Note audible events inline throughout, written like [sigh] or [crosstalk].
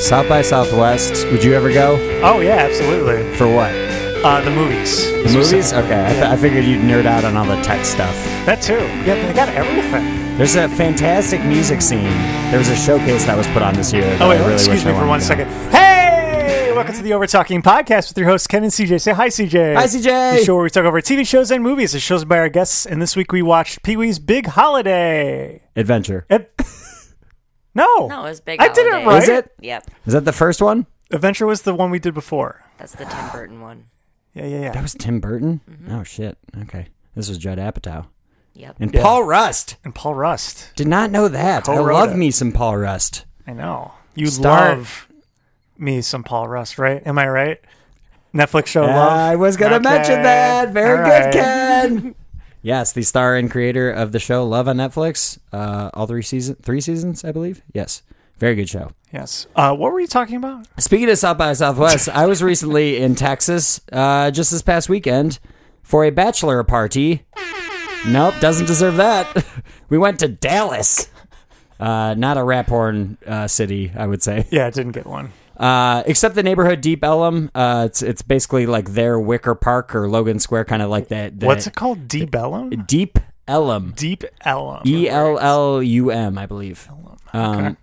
South by Southwest. Would you ever go Oh yeah, absolutely. for what? Uh, the movies. Movies? Okay, I, th- I figured you'd nerd out on all the tech stuff. That too. Yeah, they got everything. There's a fantastic music scene. There was a showcase that was put on this year. that Oh wait, I really excuse wish I me for wanted one to go. second. Hey, welcome to the Over Talking podcast with your hosts Ken and CJ. Say hi, CJ. Hi, CJ. The show where we talk over TV shows and movies. The show's by our guests, and this week we watched Pee Wee's Big Holiday. Adventure. It- no, No, it was Big I did it Holiday. right. Is it? Yep, Is that the first one? Adventure was the one we did before. that's [sighs] the Tim Burton one. Yeah, yeah, yeah. That was Tim Burton? Mm-hmm. Oh, shit. Okay. This was Judd Apatow. Yep. And Paul Rust. and Paul Rust. Did not know that. Co-wrote I love it. me some Paul Rust. I know you Star. love me some Paul Rust, right? Am I right? Netflix show love. I was going to Okay. mention that. Very All good, right. Ken. [laughs] yes, the star and creator of the show Love on Netflix. Uh, all three season, three seasons, I believe. Yes. Very good show. Yes. Uh, what were you talking about? Speaking of South by Southwest, I was [laughs] recently in Texas uh, just this past weekend for a bachelor party. Nope, doesn't deserve that. [laughs] We went to Dallas. Uh, not a rap horn uh, city, I would say. Yeah, I didn't get one. Uh, except the neighborhood Deep Ellum. Uh, it's it's basically like their Wicker Park or Logan Square, kind of like that. that- What's it called? Debellum? Deep Ellum. Deep Ellum. E L L U M, I believe. Um, Okay.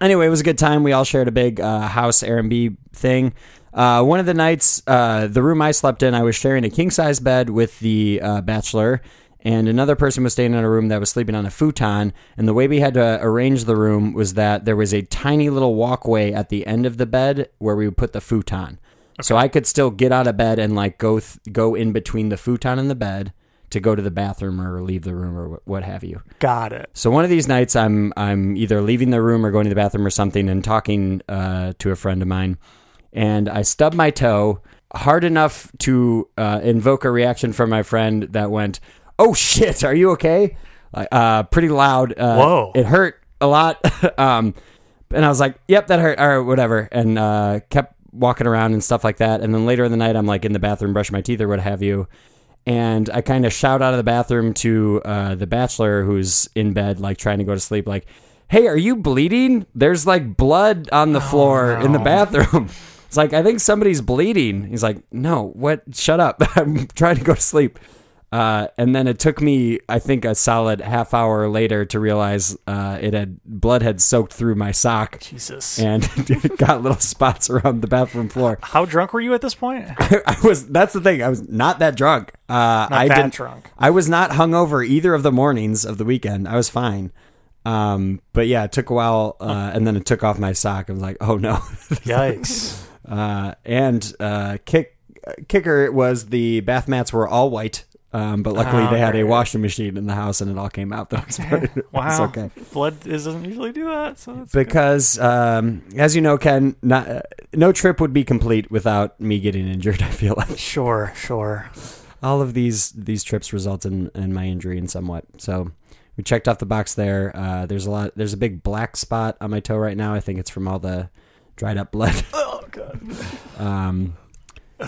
Anyway, it was a good time. We all shared a big uh, house Airbnb thing. Uh, one of the nights, uh, the room I slept in, I was sharing a king size bed with the uh, bachelor, and another person was staying in a room that was sleeping on a futon. And the way we had to arrange the room was that there was a tiny little walkway at the end of the bed where we would put the futon. So I could still get out of bed and like go th- go in between the futon and the bed to go to the bathroom or leave the room or wh- what have you. Got it. So one of these nights, I'm I'm either leaving the room or going to the bathroom or something, and talking uh, to a friend of mine, and I stub my toe hard enough to uh, invoke a reaction from my friend that went, "Oh shit, are you okay?" Like, Uh, pretty loud. Uh, Whoa. It hurt a lot. [laughs] um, and I was like, "Yep, that hurt," or whatever, and uh, kept walking around and stuff like that. And then later in the night, I'm like in the bathroom brushing my teeth or what have you, and I kind of shout out of the bathroom to uh, the bachelor who's in bed, like trying to go to sleep, like, "Hey, are you bleeding? There's like blood on the floor in the bathroom." [laughs] It's like I think somebody's bleeding. He's like, "No, what? Shut up! [laughs] I'm trying to go to sleep." Uh, and then it took me, I think, a solid half hour later to realize uh, it had blood had soaked through my sock Jesus. and [laughs] got little spots around the bathroom floor. [laughs] How drunk were you at this point? I was that's the thing. I was not that drunk. Uh, I that didn't, drunk. I was not hungover either of the mornings of the weekend. I was fine. Um, but yeah, it took a while, uh, and then it took off my sock. I was like, oh [laughs] no. [laughs] Yikes. [laughs] uh, and uh, kick kicker was the bath mats were all white. Um, but luckily they had a washing machine in the house and it all came out. [laughs] That was pretty- it was Wow. okay. Blood is- doesn't usually do that. So that's good. Because, um, as you know, Ken, not, uh, no trip would be complete without me getting injured. [laughs] I feel like Sure, sure. all of these these trips result in, in my injury in somewhat. So we checked off the box there. Uh, there's a lot. There's a big black spot on my toe right now. I think it's from all the dried up blood. [laughs] Oh, God. Um,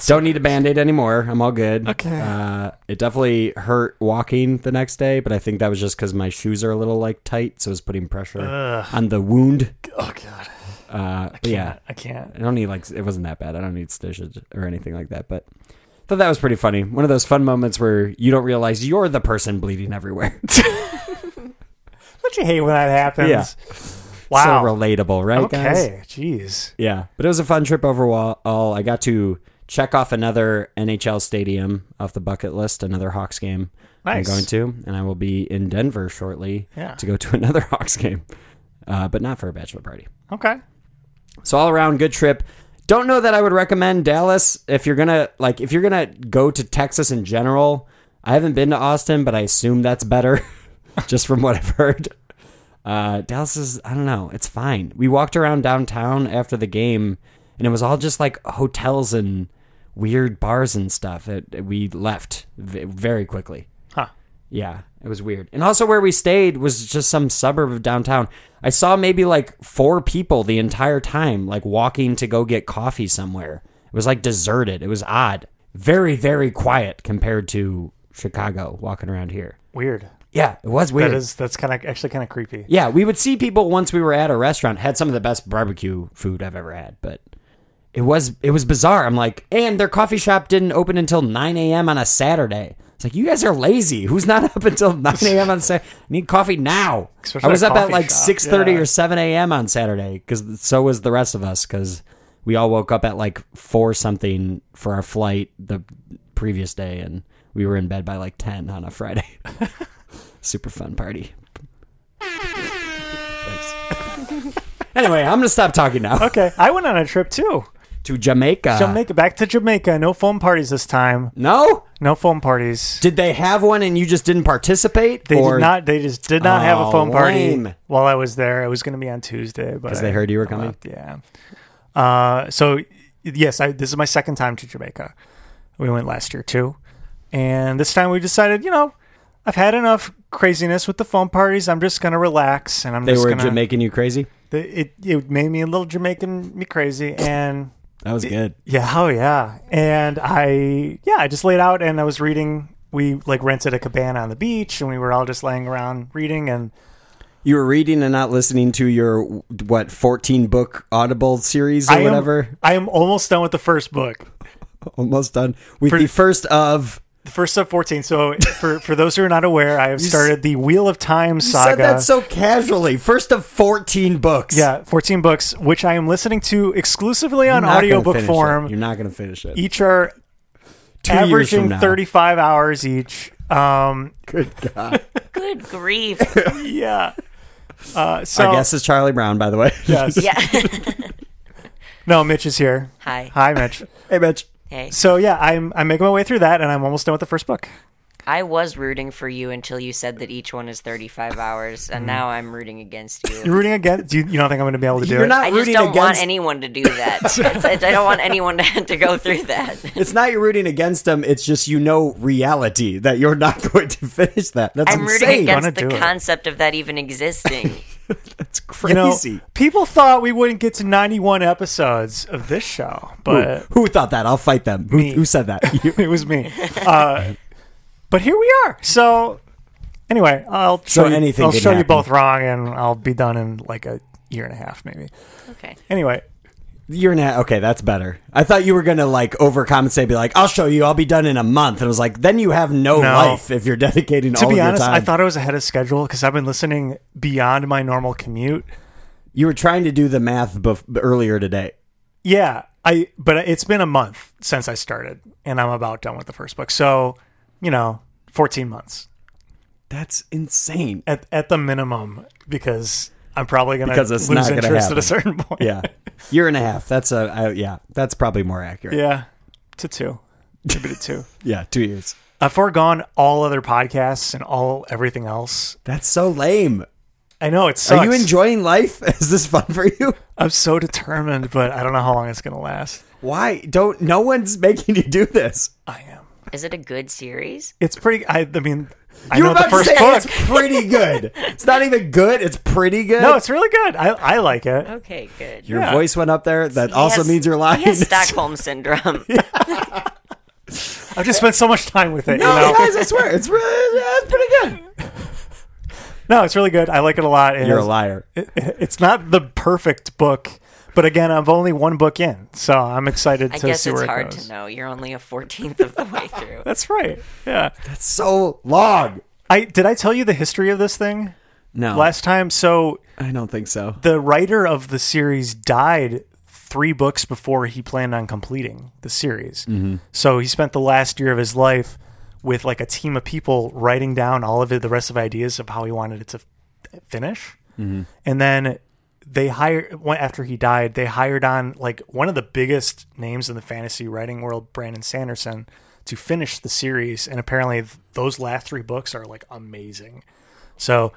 don't need a band aid anymore. I'm all good. Okay. Uh, it definitely hurt walking the next day, but I think that was just because my shoes are a little like tight, so it's putting pressure Ugh. on the wound. Oh, God. Uh, but yeah. I can't. I don't need like it wasn't that bad. I don't need stitches or anything like that. But thought that was pretty funny. One of those fun moments where you don't realize you're the person bleeding everywhere. [laughs] Don't you hate when that happens? Yeah. Wow. so relatable, right, guys? okay. Jeez. Yeah, but it was a fun trip overall. All I got to check off another NHL stadium off the bucket list, another Hawks game Nice. I'm going to, and I will be in Denver shortly Yeah. to go to [laughs] another Hawks game, uh, but not for a bachelor party. Okay. So all around good trip. Don't know that I would recommend Dallas if you're gonna like if you're gonna go to Texas in general. I haven't been to Austin, but I assume that's better, [laughs] just from what I've heard. Uh, Dallas is I don't know, it's fine. We walked around downtown after the game, and it was all just like hotels and weird bars and stuff. It, it- we left v- very quickly. Huh. Yeah, it was weird. And also where we stayed was just some suburb of downtown. I saw maybe like four people the entire time like walking to go get coffee somewhere. It was like deserted. It was odd. Very very quiet compared to Chicago walking around here. Weird. Yeah, it was weird. That is that's kind of actually kind of creepy. yeah, we would see people once we were at a restaurant had some of the best barbecue food I've ever had, but it was it was bizarre. I'm like, and their coffee shop didn't open until 9 a.m. on a Saturday. It's like you guys are lazy. Who's not [laughs] up until 9 a.m. on Saturday? I need coffee now. Especially I was at a up at coffee like shop, 6:30 yeah. or 7 a.m. on Saturday because so was the rest of us because we all woke up at like four something for our flight the previous day and we were in bed by like 10 on a Friday. [laughs] Super fun party. Thanks. [laughs] anyway, I'm gonna stop talking now. Okay, I went on a trip too. To Jamaica. Jamaica, back to Jamaica. No foam parties this time. No, No foam parties. did they have one and you just didn't participate? They or did not. They just did not have a Oh, foam party lame. while I was there. It was going to be on Tuesday, but because they heard you were coming? Yeah. Uh, so yes, I, this is my second time to Jamaica. We went last year too, and this time we decided, you know, I've had enough craziness with the foam parties. I'm just going to relax, and I'm They just were going to making you crazy. It it made me a little Jamaican, me crazy, and. That was good. Yeah, oh yeah. And I yeah, I just laid out and I was reading we like rented a cabana on the beach and we were all just laying around reading and You were reading and not listening to your what fourteen book Audible series or I am- whatever. I am almost done with the first book. Almost done with For- the first of. The first of 14. So for for those who are not aware, I have started the Wheel of Time saga. Said that so casually. First of fourteen books. yeah, 14 books which I am listening to exclusively on You're not gonna audiobook finish it. form. You're not going to finish it. Each are Two years from averaging now. 35 hours each. Um Good God. Good [laughs] grief. yeah. Uh, so Our guest is Charlie Brown, by the way. yes. Yeah. no, Mitch is here. Hi. Hi, Mitch. [laughs] hey, Mitch. Hey. So yeah, I'm I'm making my way through that, and I'm almost done with the first book. I was rooting for you until you said that each one is 35 hours, and now I'm rooting against you. Mm. You're rooting against. You, you don't think I'm going to be able to do You're it? not I just rooting don't against. want anyone to do [laughs] that. It's- it's- I don't want anyone [laughs] to, have to go through that. it's not you're rooting against them. It's just you know reality that you're not [laughs] going to finish that. That's I'm insane. rooting Wanna against the do it. concept of that [laughs] even existing. That's You know, crazy. people thought we wouldn't get to 91 episodes of this show, but who, who thought that? I'll fight them. Who, Uh, Me. who said that? [laughs] You- it was me. Uh, but here we are. So anyway, I'll show So you, anything I'll can show you happen. both wrong, and I'll be done in like a year and a half, maybe. okay. Anyway, You're not okay. That's better. I thought you were gonna like overcompensate, be like, "I'll show you. I'll be done in a month." And I was like, "Then you have no, No. life if you're [laughs] dedicating to all be of honest, your I time." thought I was ahead of schedule because I've been listening beyond my normal commute. you were trying to do the math bef- earlier today. Yeah, I but it's been a month since I started and I'm about done with the first book. So, you know, 14 months That's [laughs] insane. at at the minimum because I'm probably going to Because it's lose not gonna interest at happen. a certain point. Yeah, year and a half. That's a I, yeah. That's probably more accurate. Yeah. To 2. Maybe to 2. yeah, two years. I've foregone all other podcasts and all everything else. That's so lame. I know it sucks. Are you enjoying life? [laughs] Is this fun for you? I'm so determined, but I don't know how long it's going to last. Why don't no one's making you do this? I am. Is it a good series? It's pretty I, I mean I You were know the about to first say book. [laughs] it's pretty good. it's not even good. It's pretty good. No, it's really good. I I like it. Okay, good. your yeah. voice went up there. That He also has- means you're lying. He has [laughs] Stockholm syndrome. I've just spent so much time with it, No, you know. guys, I swear, it's really, yeah, it's pretty good. No, it's really good. I like it a lot. It You're a has- liar. it- it's not the perfect book, but again, I'm only one book in, so I'm excited I to guess see it's where hard it goes. to know. You're only a 14th of the [laughs] way through. That's right. Yeah. That's so long. I did I tell you the history of this thing No, last time? So I don't think so. [laughs] the writer of the series died three books before he planned on completing the series. Mm-hmm. So he spent the last year of his life with like a team of people writing down all of it, the rest of ideas of how he wanted it to f- finish. And then they hired when- after he died, they hired on like one of the biggest names in the fantasy writing world, Brandon Sanderson, to finish the series. And apparently, th- those last three books are like amazing. So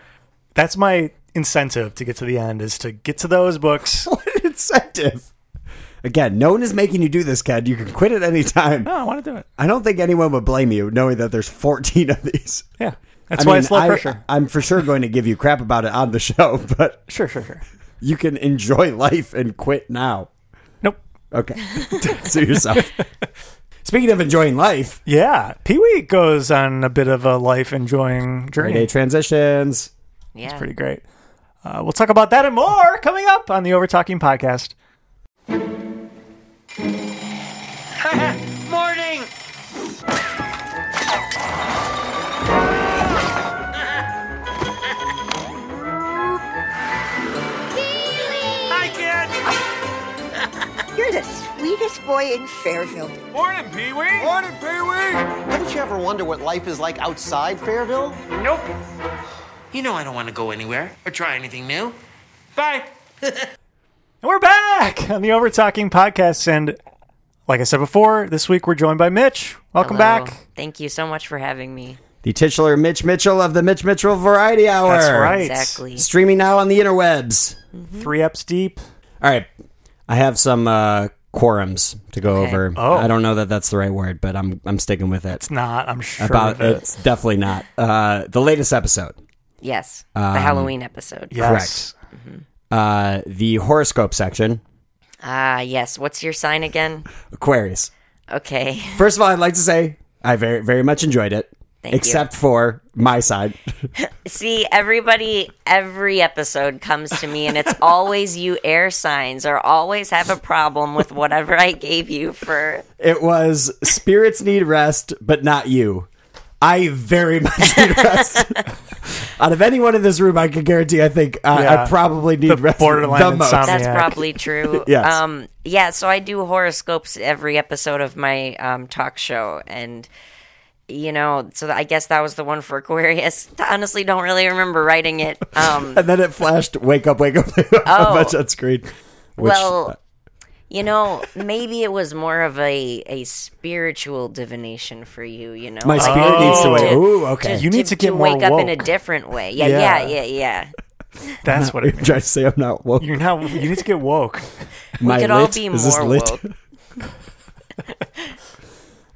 that's my incentive to get to the end is to get to those books. What an incentive. Again, no one is making you do this, Ken. You can quit at any time. I want to do it. I don't think anyone would blame you, knowing that there's 14 of these. Yeah, that's I why mean, it's low I- pressure. I'm for sure going to give you crap about it on the [laughs] show, but Sure, sure, sure. you can enjoy life and quit now. Nope. [laughs] Okay. Suit yourself. Speaking of enjoying life, Yeah, Pee Wee goes on a bit of a life enjoying Grade A journey. transitions. Yeah. Pretty great. Uh, we'll talk about that and more coming up on the Over Talking podcast. Morning! Hi, kid! You're the sweetest boy in Fairfield. Morning, Pee Wee! Morning, Pee Wee! Didn't you ever wonder what life is like outside Fairville? Nope. You know I don't want to go anywhere or try anything new. Bye. And we're back on the Over Talking podcast. And like I said before, this week we're joined by Mitch. Welcome Hello. back. Thank you so much for having me. The titular Mitch Mitchell of the Mitch Mitchell Variety Hour. That's right. Exactly. Streaming now on the interwebs. Three eps deep. All right. I have some uh, quorums to go over. Oh. I don't know that that's the right word, but I'm I'm sticking with it. Not, I'm sure. of About it. it's definitely not uh, the latest episode. Yes. the Halloween episode. Yes. Uh, the horoscope section, Ah, yes. What's your sign again? Aquarius. Okay. [laughs] First of all, I'd like to say I very very much enjoyed it, Thank you. except for my side. See, everybody, every episode comes to me, [laughs] and it's always you air signs or always have a problem with whatever I gave you [laughs] for. It was spirits need rest, but not you. I very much [laughs] need rest. Out of anyone in this room, I can guarantee. I think uh, Yeah. I probably need The rest borderline the most. insomnia. That's Yeah. [laughs] probably true. Yes. Um, yeah, so I do horoscopes every episode of my um, talk show. And, you know, so I guess that was the one for Aquarius. [laughs] Honestly, don't really remember writing it. Um, And then it flashed, wake up, wake up, [laughs] a bunch on screen. Which, Oh. uh, well, you know, maybe it was more of a, a spiritual divination for you, you know? my like- spirit needs to wake. Ooh, okay. You need to get more wake up in a woke. different way. Yeah, yeah, Yeah. yeah, yeah. That's what it [laughs] means. Try to say I'm not woke. You're not, you need to get woke. My could all lit? be Is this more lit? [laughs] woke.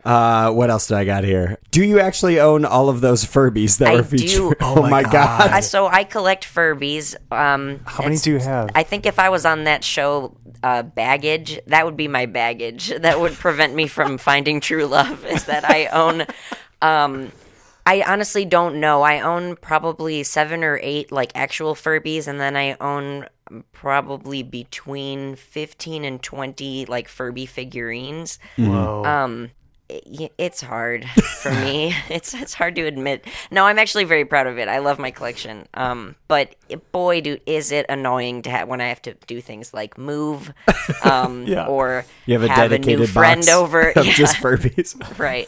Uh, what else did I got here? Do you actually own all of those Furbies that I were featured? do. Oh, my god. I, Uh, so I collect Furbies. Um, How many do you have? I think if I was on that show, uh, baggage, that would be my baggage. [laughs] That would prevent me from finding true love. Is that I own. Um, I honestly don't know. I own probably seven or eight like actual Furbies, and then I own probably between fifteen and twenty like Furby figurines. Whoa. y- it's hard for me. [laughs] [laughs] it's it's hard to admit. No, I'm actually very proud of it. I love my collection. Um, but boy, do is it annoying to ha- when I have to do things like [laughs] move, um, Yeah. or you have a new dedicated friend box over. [laughs] of [laughs] Yeah, just Furbies. right.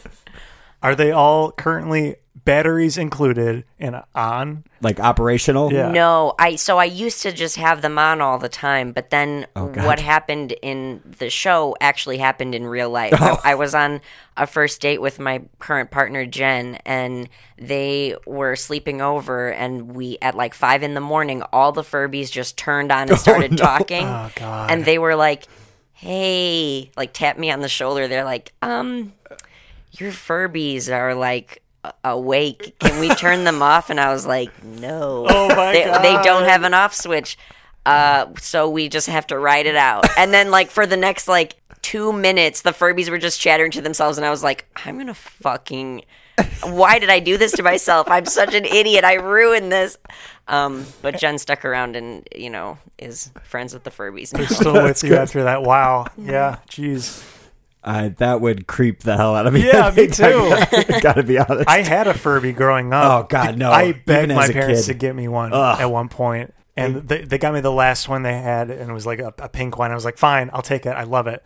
Are they all currently batteries included and on? [laughs] like operational? Yeah. No, I so I used to just have them on all the time, but then God. what happened in the show actually happened in real life. I, I was on a first date with my current partner Jen, and they were sleeping over, and we at like five in the morning, all the Furbies just turned on and started talking, and they were like, "Hey," like tap me on the shoulder. They're like, "Um, your Furbies are like." a- Awake? Can we turn them off? And I was like, "No." [laughs] Oh my they, God. they don't have an off switch. Uh, so we just have to ride it out. And then, like, for the next, like, two minutes, the Furbies were just chattering to themselves, and I was like, I'm gonna fucking. Why did I do this to myself? I'm such an idiot. I ruined this. Um, but Jen stuck around and, you know, is friends with the Furbies. now. Still with you after that. Wow. Yeah. Jeez. I, Uh, that would creep the hell out of me. Yeah, [laughs] I me think I got- [laughs] gotta be honest. I had a Furby growing up. Oh, God, no. I begged Even my as a parents kid. to get me one Ugh. at one point, and they, they got me the last one they had, and it was like a, a pink one. I was like, fine, I'll take it. I love it.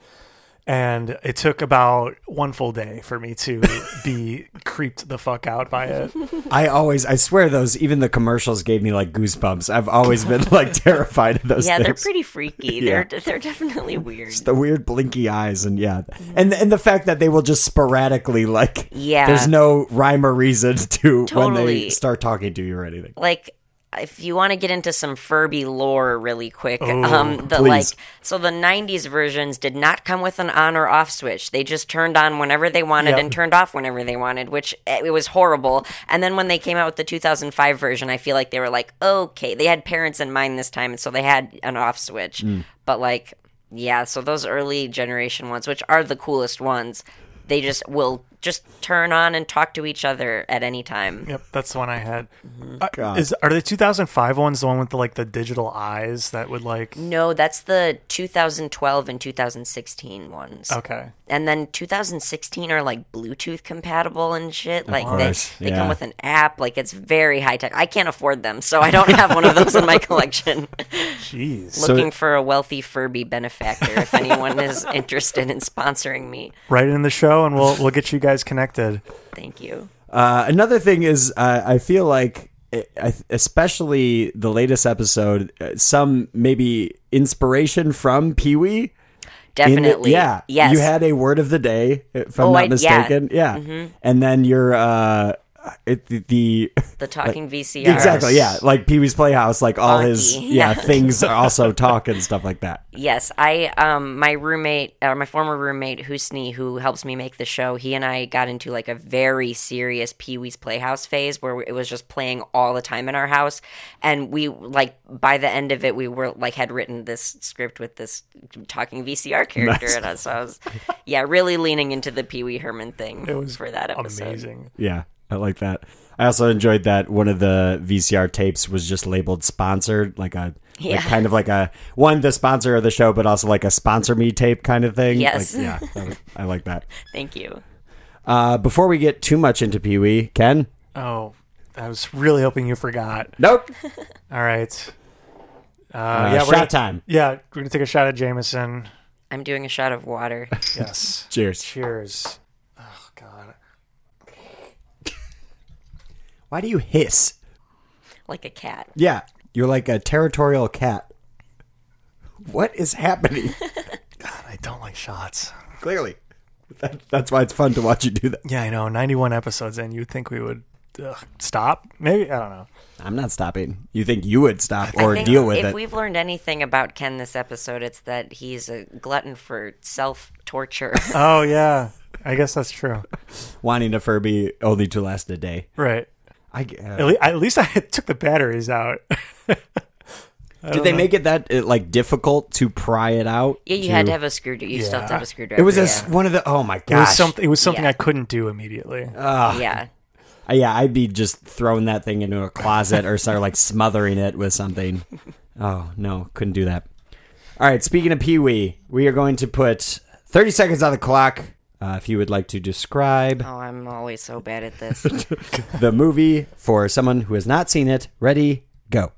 And it took about one full day for me to [laughs] be creeped the fuck out by it. I always, I swear, those even the commercials gave me like goosebumps. I've always been like terrified of those. yeah, things. they're pretty freaky. They're they're definitely weird. the weird blinky eyes and yeah and and the fact that they will just sporadically like Yeah. there's no rhyme or reason to when they Totally. start talking to you or anything like if you want to get into some Furby lore really quick, um, the like please. so the '90s versions did not come with an on or off switch. They just turned on whenever they wanted Yep. and turned off whenever they wanted, which eh, it was horrible. And then when they came out with the 2005 version, I feel like they were like, okay, they had parents in mind this time, and so they had an off switch. But like, yeah, so those early generation ones, which are the coolest ones. they just will just turn on and talk to each other at any time. Yep, that's the one I had. Mm-hmm. Uh, is are the 2005 ones the one with the like the digital eyes that would like? Mm. No, that's the 2012 and 2016 ones. Okay, And then 2016 are like Bluetooth compatible and shit. Like course, they, they yeah. come with an app. Like it's very high tech. I can't afford them, so I don't have one of [laughs] those in my collection. jeez. [laughs] Looking for a wealthy Furby benefactor. If [laughs] anyone is interested in sponsoring me, Write it in the show, and we'll we'll get you guys [laughs] connected. thank you. Uh, another thing is, uh, I feel like, eh, I- especially the latest episode, eh, some maybe inspiration from Pee Wee. in it- Definitely. yeah. Yes. You had a word of the day, if I'm Oh, I- not yeah. Mm-hmm. mistaken. Yeah. And then your uh, it, the, the the talking VCR. exactly yeah, like Pee Wee's Playhouse, like all his Funky. yeah [laughs] Yeah. things are also talk and stuff like that. Yes, I um my roommate or my former roommate Husni who helps me make the show, he and I got into like a very serious Pee-wee's Playhouse phase where it was just playing all the time in our house and we like by the end of it we were like had written this script with this talking [laughs] VCR character in us. So I was yeah, really leaning into the Pee-wee Herman thing It was for that episode. amazing. Yeah, I like that. I also enjoyed that one of the VCR tapes was just labeled sponsored, like a Yeah. like kind of like a one the sponsor of the show, but also like a sponsor me tape kind of thing. Yes. like, yeah, that was- I like that. Thank you. Uh, before we get too much into Pee Wee, Ken, Oh, I was really hoping you forgot. nope, All right. Uh, uh, yeah, we're shot gonna, time. yeah, we're gonna take a shot at Jameson. I'm doing a shot of water. Yes. Cheers. Cheers. Oh God. Why do you hiss? like a cat. Yeah, you're like a territorial cat. What is [laughs] happening? I don't like shots. Clearly, that, that's why it's fun to watch you do that. Yeah, I know. 91 episodes in, you'd think we would ugh, stop. Maybe I don't know. I'm not stopping. You think you would stop or I think deal with if it? we've learned anything about Ken this episode, it's that he's a glutton for self [laughs] torture. Oh yeah, I guess that's true. wanting a Furby only to last a day. Right. I, uh, At, le- at least I [laughs] took the batteries out. Oh, did they make it that it, like difficult to pry it out? yeah, you had to have a screwdriver. You still have to have a screwdriver. It was a, yeah. s- one of the oh my It was gosh! something. It was something Yeah. I couldn't do immediately. yeah. Uh, yeah, I'd be just throwing that thing into a closet or start like smothering it with something. Oh no, couldn't do that. All right, speaking of Pee Wee, we are going to put thirty seconds on the clock. Uh, if you would like to describe Oh, I'm always so bad at this. Oh. the movie for someone who has not seen it, ready, go.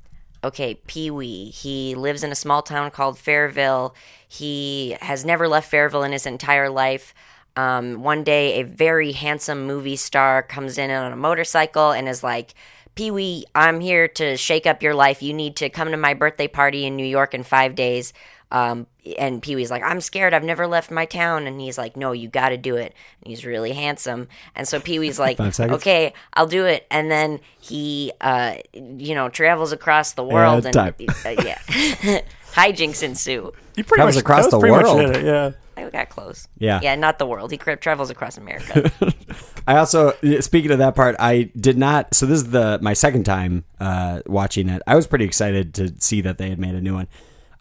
okay, Pee Wee. He lives in a small town called Fairville. He has never left Fairville in his entire life. Um, one day, a very handsome movie star comes in on a motorcycle and is like, Pee Wee, I'm here to shake up your life. You need to come to my birthday party in New York in five days. Um, and Pee Wee's like, I'm scared. I've never left my town. And he's like, No, you got to do it. And he's really handsome. And so Pee [laughs] Wee's like, Five seconds. Okay okay, I'll do it. And then he, uh, you know, travels across the world and time. uh, yeah, [laughs] hijinks ensue. You pretty That was much across that was the pretty much world. it, yeah. I got close. Yeah. yeah, not the world. He cra- travels across [laughs] America. I also speaking of that part, I did not. So this is the my second time uh, watching it. I was pretty excited to see that they had made a new one.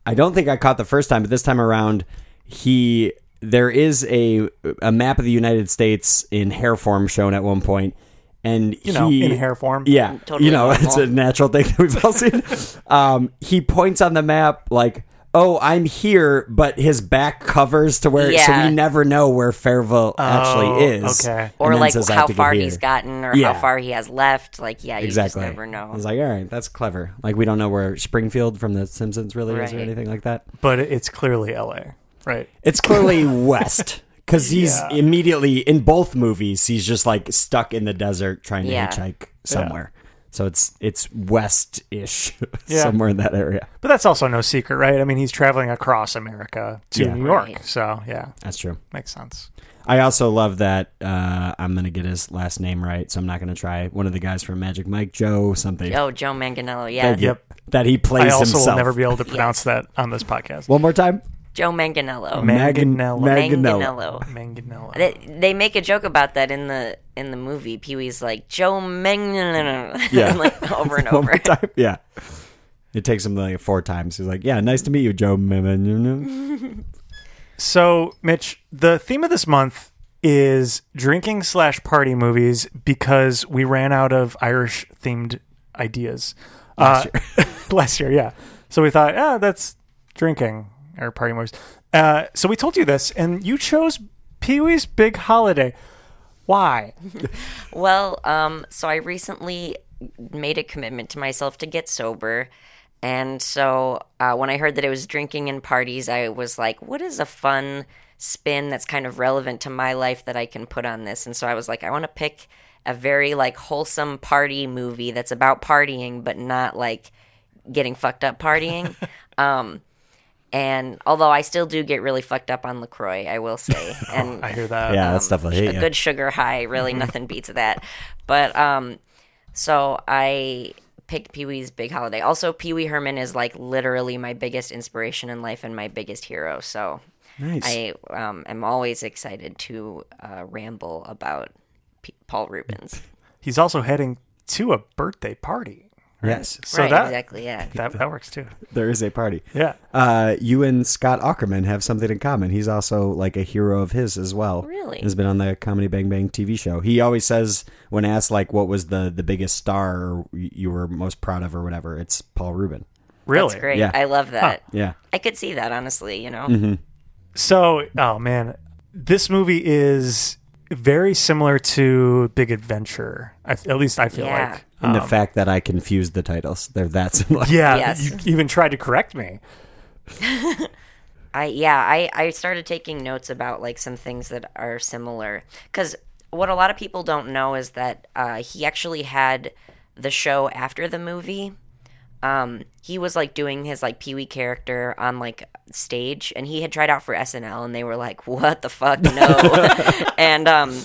I don't think I caught the first time, but this time around, he there is a a map of the United States in hair form shown at one point, and You know, he- in hair form. Yeah, Totally you know, it's a normal. natural thing that we've all [laughs] seen. um, he points on the map like. Oh, I'm here, but his back covers to where, so Yeah. we never know where Fairville actually Oh, is. okay. or And then like says, "I how have to get far here." he's gotten or Yeah. how far he has left. Like yeah, you exactly. just never know. I was like, all right, that's clever. Like we don't know where Springfield from The Simpsons really is or Right. anything like that. But it's clearly L.A. Right. It's clearly [laughs] west because he's Yeah. immediately in both movies. He's just like stuck in the desert trying to Yeah. hitchhike somewhere. So it's it's west [laughs] ish Yeah. somewhere in that area. But that's also no secret, right? I mean, he's traveling across America to Yeah. New York, Right. so yeah, That's true. makes sense. I also love that uh, I'm gonna get his last name right, so I'm not gonna try. One of the guys from Magic Mike, Joe something. oh, Joe Manganello. Yeah, Thank you. Yep. That he plays I also himself. will never be able to pronounce that on this podcast. One more time. Joe Manganello. Magan- Manganello. Manganello. Manganello. They, they make a joke about that in the in the movie. Pee Wee's like Joe Manganello. [laughs] Yeah. like [laughs] over and One over. more time. Yeah. It takes him like four times. He's like, "Yeah, nice to meet [laughs] you, Joe." Mm-mm-mm-mm." So, Mitch, the theme of this month is drinking slash party movies because we ran out of Irish themed ideas last year. [laughs] last year, yeah. So we thought, ah, that's drinking or party movies. Uh, so we told you this, and you chose Pee Wee's Big Holiday. [laughs] Why? Well, um, so I recently made a commitment to myself to get sober. And so uh, when I heard that it was drinking and parties, I was like, what is a fun spin that's kind of relevant to my life that I can put on this? And so I was like, I want to pick a very like wholesome party movie that's about partying, but not like getting fucked up partying. um, and although I still do get really fucked up on LaCroix, I will say. And I hear that. Yeah, that's stuff I hate. a good sugar high. Really, nothing beats that. But um, so I picked Pee Wee's Big Holiday. Also, Pee Wee Herman is like literally my biggest inspiration in life and my biggest hero. So nice. I um, am always excited to uh, ramble about P- Paul Rubens. He's also heading to a birthday party. yes, So right, that, exactly, yeah. that that works [laughs] too. there is a party. Yeah. Uh, you and Scott Ackerman have something in common. He's also like a hero of his as well. Really? Has been on the Comedy Bang Bang TV show. He always says when asked like what was the the biggest star or you were most proud of or whatever, it's Paul Rubin. Really? That's great. Yeah. I love that. Yeah. I could see that honestly. You know, So, oh man, this movie is very similar to Big Adventure. I, at least I feel Yeah. like. And the fact that I confused the titles, they're that similar. Yeah, Yes. you even tried to correct me. I yeah, I I started taking notes about like some things that are similar because what a lot of people don't know is that uh, he actually had the show after the movie. Um, he was like doing his like Pee Wee character on like stage, and he had tried out for SNL, and they were like, "What the fuck, no!" [laughs] and um,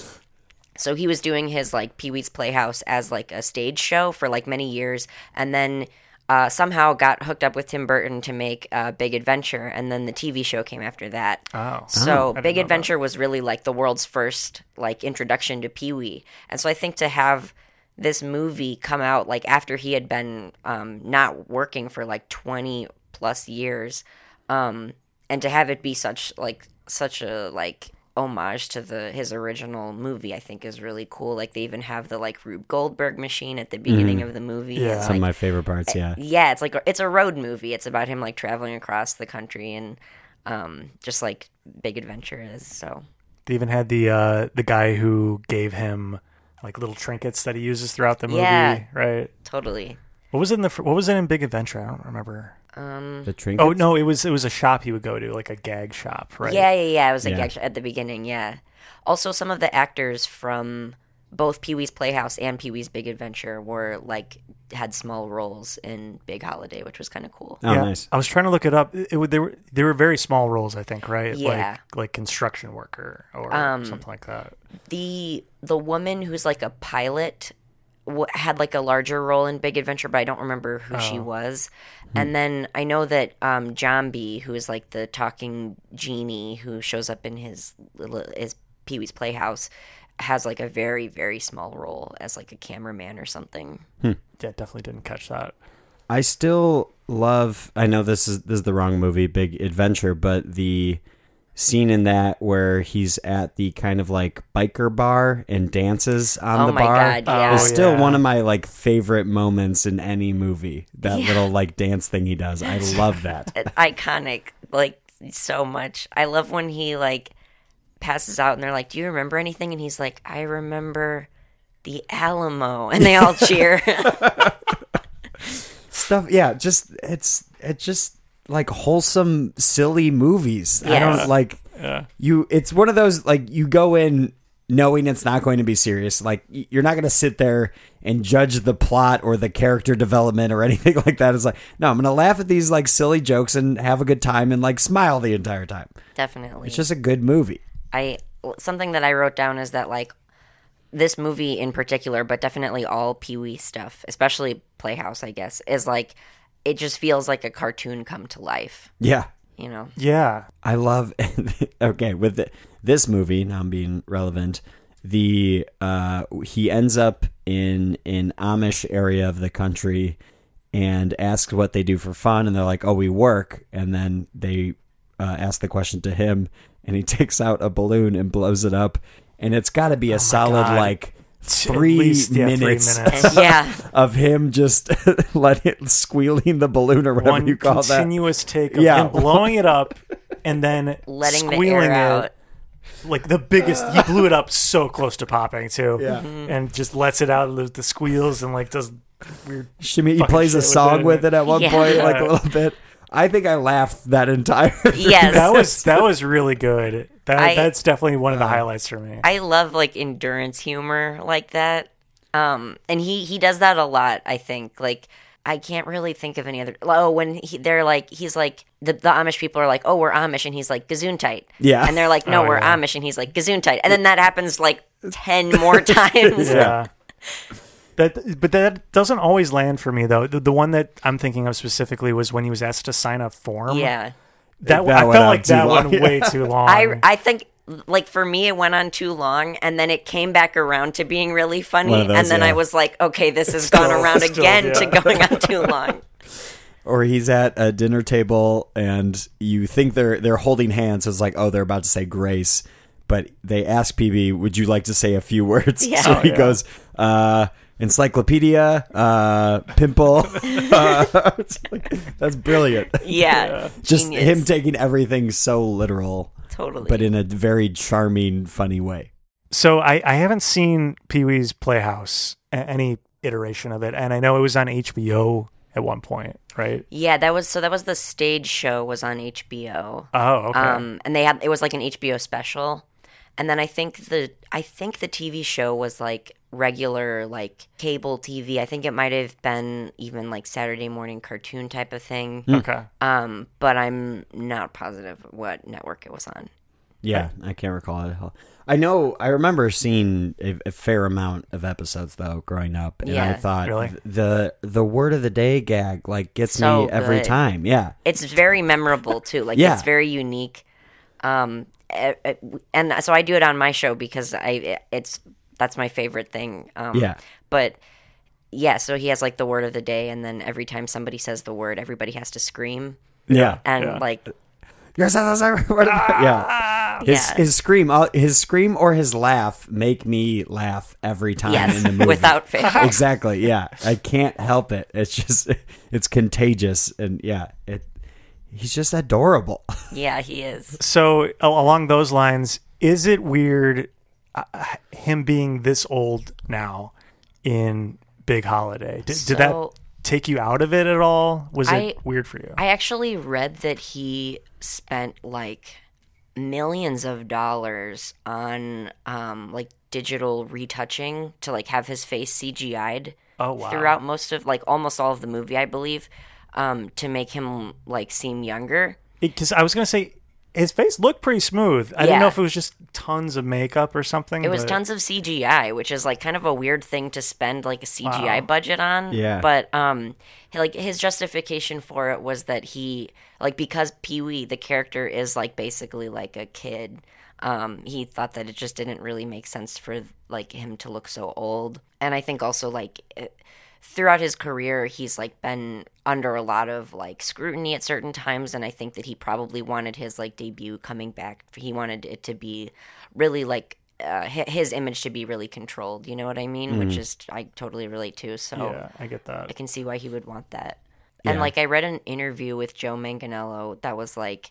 so he was doing his like Pee Wee's Playhouse as like a stage show for like many years, and then uh, somehow got hooked up with Tim Burton to make uh, Big Adventure, and then the TV show came after that. Oh. so Big Adventure was really like the world's first like introduction to Pee Wee, and so I think to have this movie come out like after he had been um, not working for like twenty plus years, um, and to have it be such like such a like homage to the his original movie i think is really cool like they even have the like rube goldberg machine at the beginning of the movie Yeah. Some and, of like, my favorite parts, yeah. yeah it's like it's a road movie it's about him like traveling across the country and um just like big adventure is so They even had the uh, the guy who gave him like little trinkets that he uses throughout the movie, Yeah. right? totally What was it in the fir- what was it in Big Adventure? I don't remember. Uh, The trinket. Oh no, it was it was a shop he would go to, like a gag shop, right? Yeah, yeah, yeah. It was like Yeah. actually at the beginning, yeah. Also, some of the actors from both Pee Wee's Playhouse and Pee Wee's Big Adventure were like had small roles in Big Holiday, which was kind of cool. Oh, Yeah. nice. I was trying to look it up. It, it, they were they were very small roles, I think, right? Yeah. Um, Like like construction worker or something like that. the the woman who's like a pilot w- had like a larger role in Big Adventure, but I don't remember who she was. And then I know that um, Jambi, who is like the talking genie who shows up in his little- his Pee Wee's Playhouse, has like a very very small role as like a cameraman or something. Yeah, definitely didn't catch that. I still love. I know this is this is the wrong movie, Big Adventure, but the scene in that where he's at the kind of like biker bar and dances on Oh the my bar God, yeah. is Oh, still yeah. one of my like favorite moments in any movie. That little like dance thing he does, I love that. iconic like so much i love when he like passes out and they're like do you remember anything and he's like i remember the alamo and they all cheer Stuff, yeah, just it's it's just like wholesome, silly movies. I Yes. don't like you. It's one of those like you go in knowing it's not going to be serious. Like y- you're not going to sit there and judge the plot or the character development or [laughs] anything like that. It's like no, I'm going to laugh at these like silly jokes and have a good time and like smile the entire time. definitely It's just a good movie. i something that i wrote down is that like this movie in particular but definitely all pee-wee stuff especially playhouse i guess is like it just feels like a cartoon come to life Yeah, [laughs] you know Yeah. I love [laughs] okay with the, this movie. Now I'm being relevant. The uh, he ends up in an Amish area of the country and asks what they do for fun, and they're like, "Oh, we work." And then [laughs] they uh, ask the question to him, and he takes out a balloon and blows it up, and it's got to be a solid Oh God. like At three, least, yeah, three minutes minutes. yeah. [laughs] of him just [laughs] let it squealing the balloon or whatever one you call that. continuous take of Yeah. him blowing it up and then [laughs] Letting the squealing air it. out. Like the biggest, he blew it up so close to popping too, yeah. Mm-hmm. and just lets it out with the squeals and like [laughs] does weird. Shimmy he fucking plays a shit with song it. with it at one Yeah. point, like a Yeah. little bit. I think I laughed that [laughs] entire. Yes. That was that was really good. That I- that's definitely one of the highlights for me. I love like endurance humor like that. Um, and he he does that a lot. I think like I can't really think of any other. Oh, when he, they're like he's like the, the Amish people are like, oh, we're Amish, and he's like Gazuntite. Yeah. and they're like, no, we're Amish, and he's like Gazuntite, and then that happens like ten [laughs] more times. yeah. That, but that doesn't always land for me though. The, the one that I'm thinking of specifically was when he was asked to sign a form. yeah. that, one That I went felt on like too that long. went [laughs] way too Um, long. I I think like for me it went on too long and then it came back around to being really funny One of those, and then yeah. I was like okay this has gone still- around it's still, again yeah. to going [laughs] on too long. [laughs] or he's at a dinner table and you think they're they're holding hands. So it's like, oh, they're about to say grace, but they ask PB, "Would you like to say a few [laughs] words?" Yeah. So Oh, he goes, uh, "Encyclopedia, uh, pimple." [laughs] [laughs] uh, it's like, that's [laughs] brilliant. Yeah. Just Genius. him taking everything so literal, totally. but in a very charming, funny way. So I, I haven't seen Pee Wee's Playhouse, a- any iteration of it, and I know it was on HBO at one point, right? Yeah, that was so that was the stage show was on HBO. Oh, okay. Um and they had it was like an HBO special. And then I think the I think the TV show was like regular like cable TV. I think it might have been even like Saturday morning cartoon type of thing. Hmm. okay. Um but I'm not positive what network it was on. Yeah, I can't recall it. at all. I know I remember seeing a, a fair amount of episodes though growing up, and I Yeah. thought Really? th- the the word of the day gag like gets So me every good. time. Yeah, It's very memorable too. Like Yeah. it's very unique. Um, eh, eh, and so I do it on my show because I it's that's my favorite thing. Um, Yeah. But yeah, so he has like the word of the day, and then every time somebody says the word, everybody has to scream yeah, and like Yes, yes, yes, word of the- yeah. His Yeah. his scream, uh, his scream or his laugh make me laugh every time in yes, the movie. [laughs] without fail. exactly, yeah, I can't help it. It's just [laughs] it's contagious, and yeah, it. He's just adorable. [laughs] yeah, he is. So a- along those lines, is it weird uh, him being this old now in Big Holiday? Did, did that So- take you out of it at all? Was I- it weird for you? I actually read that he spent like millions of dollars on um, like digital retouching to like have his face CGI'd Oh, wow. throughout most of like almost all of the movie, I believe, um, to make him like seem younger. Because I was going to say his face looked pretty smooth. I didn't Yeah. know if it was just tons of makeup or something. It was but- tons of CGI, which is like kind of a weird thing to spend like a CGI budget on. Yeah. But um, he- like his justification for it was that he like because Pee Wee the character is like basically like a kid. Um, he thought that it just didn't really make sense for like him to look so old, and I think also like. It, throughout his career he's like been under a lot of like scrutiny at certain times and i think that he probably wanted his like debut coming back he wanted it to be really like uh, hi- his image to be really controlled you know what i mean which is i totally relate to so Yeah, I get that. i can see why he would want that and like i read an interview with joe manganello that was like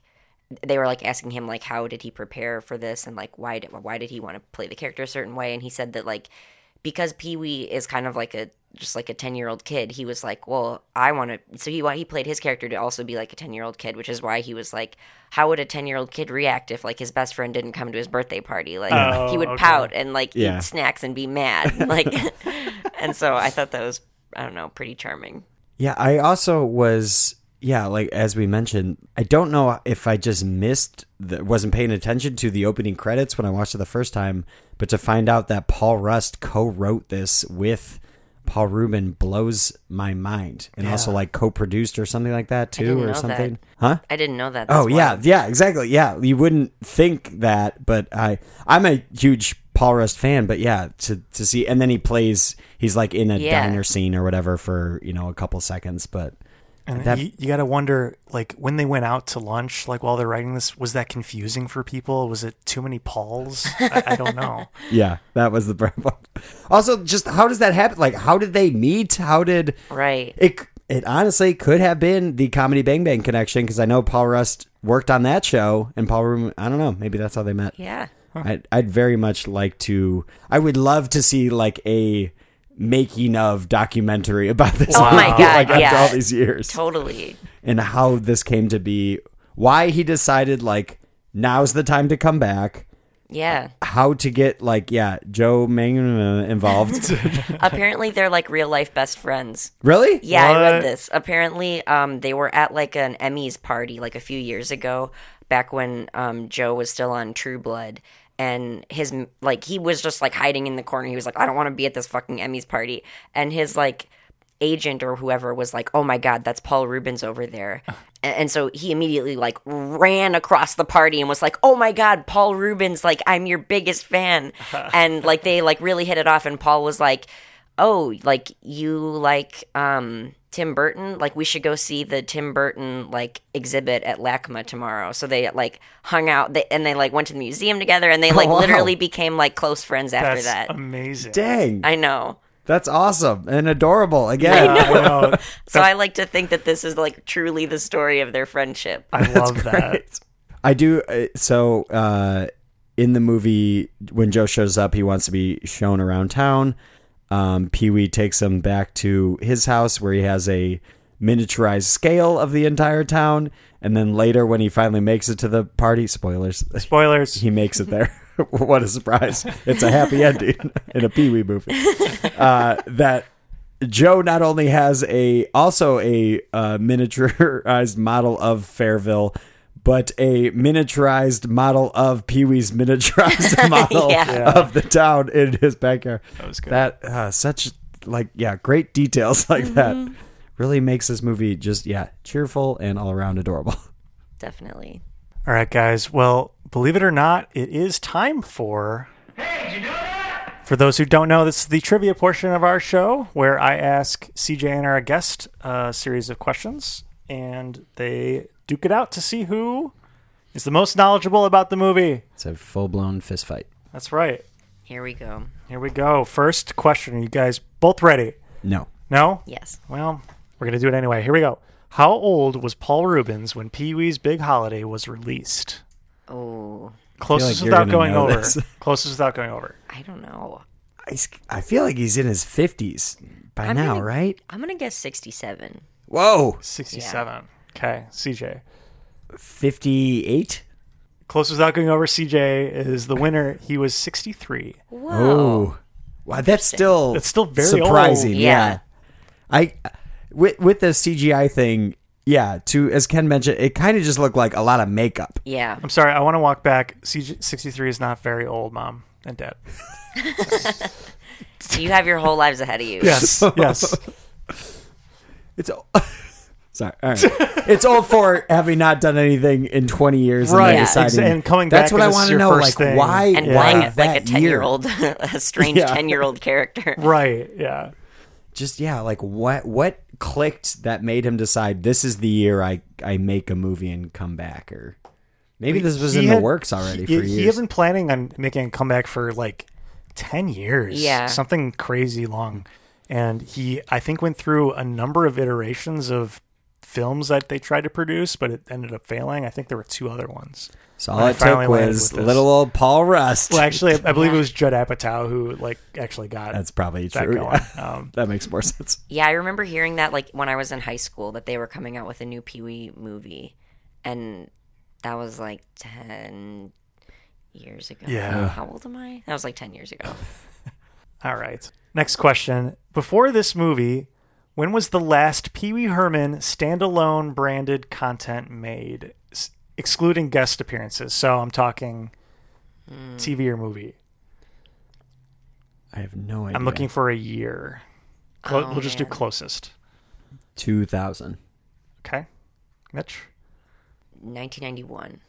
they were like asking him like how did he prepare for this and like why did why did he want to play the character a certain way and he said that like because Pee Wee is kind of like a just like a ten year old kid, he was like, well, I want to. So he wa- he played his character to also be like a ten year old kid, which is why he was like, how would a ten year old kid react if like his best friend didn't come to his birthday party? Like Oh, he would okay. pout and like Yeah. eat snacks and be mad. [laughs] Like, and so I thought that was I don't know pretty charming. Yeah, I also was yeah, like as we mentioned, I don't know if I just missed the, wasn't paying attention to the opening credits when I watched it the first time, but to find out that Paul Rust co-wrote this with Paul Rubin blows my mind, and also like co-produced or something like that too, didn't or know that. something, huh? I didn't know that. Oh That's yeah, wild. yeah, exactly. Yeah, you wouldn't think that, but I I'm a huge Paul Rust fan, but yeah, to to see and then he plays he's like in a Yeah. diner scene or whatever for, you know, a couple seconds, but And That- you, you got to wonder, like, when they went out to lunch, like, while they're writing this, was that confusing for people? Was it too many Pauls? I, I don't know. Yeah, that was the [laughs] problem. Also, just how does that happen? Like, how did they meet? How did Right. it? It honestly could have been the comedy Bang Bang connection because I know Paul Rust worked on that show, and Paul Room. I don't know. Maybe that's how they met. Yeah. I'd, I'd very much like to. I would love to see like a making of documentary about this. Oh my movie, God, [laughs] Like after yeah. all these years, Totally. and how this came to be, why he decided like now's the time to come back, [laughs] Yeah. how to get like yeah Joe Mang involved. [laughs] Apparently, they're like real life best friends. really? [laughs] Yeah, I What? read this. Apparently, um, they were at like an Emmys party like a few years ago, back when um, Joe was still on True Blood, and his like he was just like hiding in the corner. He was like, I don't want to be at this fucking Emmys party, and his like agent or whoever was like, Oh my god, that's Paul Rubens over there. A- And so he immediately like ran across the party and was like, "Oh my God, Paul Rubens! Like I'm your biggest fan," and like they like really hit it off. And Paul was like, oh like you like um tim burton like we should go see the tim burton like exhibit at lacma tomorrow so they like hung out they, and they like went to the museum together and they [laughs] like wow. literally became like close friends after That's that amazing. Dang, i know that's awesome and adorable. Again, I know. so i like to think that this is like truly the story of their friendship I love that. Right. I do. uh, So uh, in the movie, when Joe shows up, he wants to be shown around town. Um, Pee Wee takes him back to his house where he has a miniaturized scale of the entire town. And then later, when he finally makes it to the party, spoilers, [laughs] Spoilers. he makes it there. [laughs] what a surprise! It's a happy [laughs] ending in a Pee Wee movie. Uh, that Joe not only has a also a uh, miniaturized model of Fairville, but a miniaturized model of Pee Wee's [laughs] miniaturized model Yeah. of the town in his backyard. That was good. uh, such like yeah, great details [laughs] like that. Really makes this movie just yeah cheerful and all around adorable. definitely All right, guys. Well, believe it or not, it is time for. For those who don't know, this is the trivia portion of our show where I ask CJ and our guest a series of questions, and they duke it out to see who is the most knowledgeable about the movie. It's a full blown fist fight. That's right. here we go Here we go. First question. Are you guys both ready? No. No? yes Well, we're going to do it anyway. Here we go. How old was Paul Rubens when Pee Wee's Big Holiday was released? oh Closest you're without gonna going know over. this. [laughs] Closest without going over. i don't know He's, I feel like he's in his 50s by now, gonna- right? i'm gonna guess 67 Whoa. 67. Okay, CJ. 58? Closest without going over, CJ is the winner. He was 63. Oh. whoa Wow, that's still That's still very surprising. old. Yeah. Yeah. I with with the CGI thing, yeah, to as Ken mentioned, it kind of just looked like a lot of makeup. yeah I'm sorry, I want to walk back. CJ 63 is not very old, mom and dad. [laughs] so you have your whole lives ahead [laughs] of you Yes, yes. It's o- [laughs] Sorry. All right. it's old for having not done anything in 20 years Right. and Yeah. then deciding Ex- and coming That's back and what I this is want to your know first like thing. why and why playing it like a that 10 year? year old [laughs] a strange Yeah. 10 year old character Right, yeah. just yeah, like what what clicked that made him decide this is the year I I make a movie and come back or maybe this was He in the had- works already he, for he years. had been planning on making a comeback for like 10 years Yeah. something crazy long and he i think went through a number of iterations of films that they tried to produce but it ended up failing i think there were two other ones so all when I it finally took landed was with this. little old Paul Rust. [laughs] well actually i, I believe it was judd apatow who like actually got That's probably that true. going yeah. [laughs] um, That makes more sense. Yeah, I remember hearing that like when I was in high school that they were coming out with a new Pee Wee movie, and that was like ten years ago. Yeah. how old am I? That was like ten years ago. all right next question before this movie when was the last pee-wee herman standalone branded content made s- excluding guest appearances so i'm talking tv or movie I have no idea. I'm looking for a year. Clo- we'll just do closest. 2000. Okay. Mitch? Nineteen ninety one.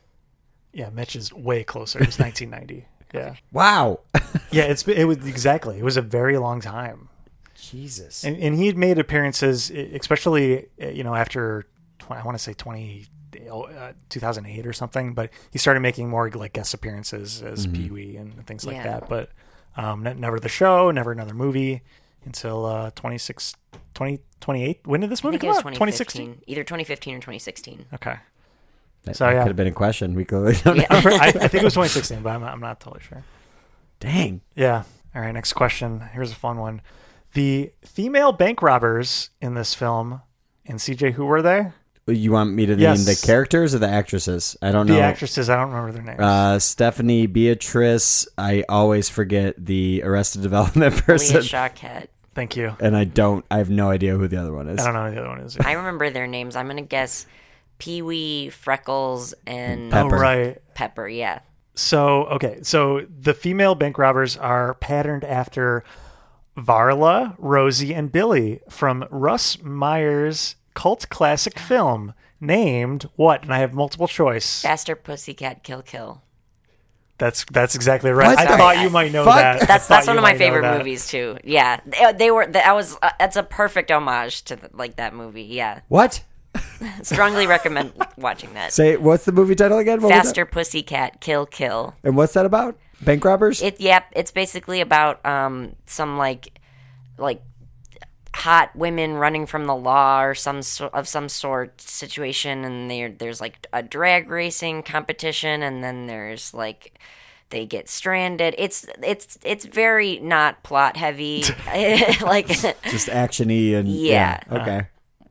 Yeah, Mitch is way closer. It was 1990. [laughs] Yeah. Wow. [laughs] Yeah, it's it was exactly. It was a very long time. Jesus. and, and he had made appearances, e- especially uh, you know after tw- I want to say twenty. oh, uh, 2008 or something, but he started making more like guest appearances as Pee Wee and things like Yeah. that. But um, ne- never the show, never another movie until uh, 26, 20, 28. When did this I movie think it come was out? 2015, either 2015 or 2016. Okay, That, so, that yeah. could have been a question. We could. [laughs] I don't know. Yeah. I, I think it was 2016, but I'm, I'm not totally sure. Dang. Yeah. All right. Next question. Here's a fun one. The female bank robbers in this film, and CJ, who were they? You want me to Yes. name the characters or the actresses? I don't The know. actresses. I don't remember their names. Uh, Stephanie Beatrice. I always forget the Arrested [laughs] Development person, Leah Shawkat. Thank you. and I don't. I have no idea who the other one is. I don't know who the other one is. I remember their names. I'm gonna guess Pee Wee, Freckles, and Pepper. Oh, right. Pepper. Yeah, So, okay. So the female bank robbers are patterned after Varla, Rosie, and Billy from Russ Meyer's cult classic film named what? And I have multiple choice. Faster Pussycat Kill Kill. That's that's exactly right. What I the thought you might know fuck? that. I That's thought that's you one of my might know favorite that. movies too. Yeah, they, they were. That was uh, that's a perfect homage to the, like that movie. Yeah, What? strongly recommend [laughs] watching that. Say what's the movie title again? What was Faster Pussycat Kill Kill. that? And what's that about? Bank robbers. It yep, it's basically about um some like like hot women running from the law or some sort of some sort situation and there there's like a drag racing competition and then there's like they get stranded. It's it's it's very not [laughs] plot heavy. [laughs] like Just actiony and Yeah. Uh-huh. Okay.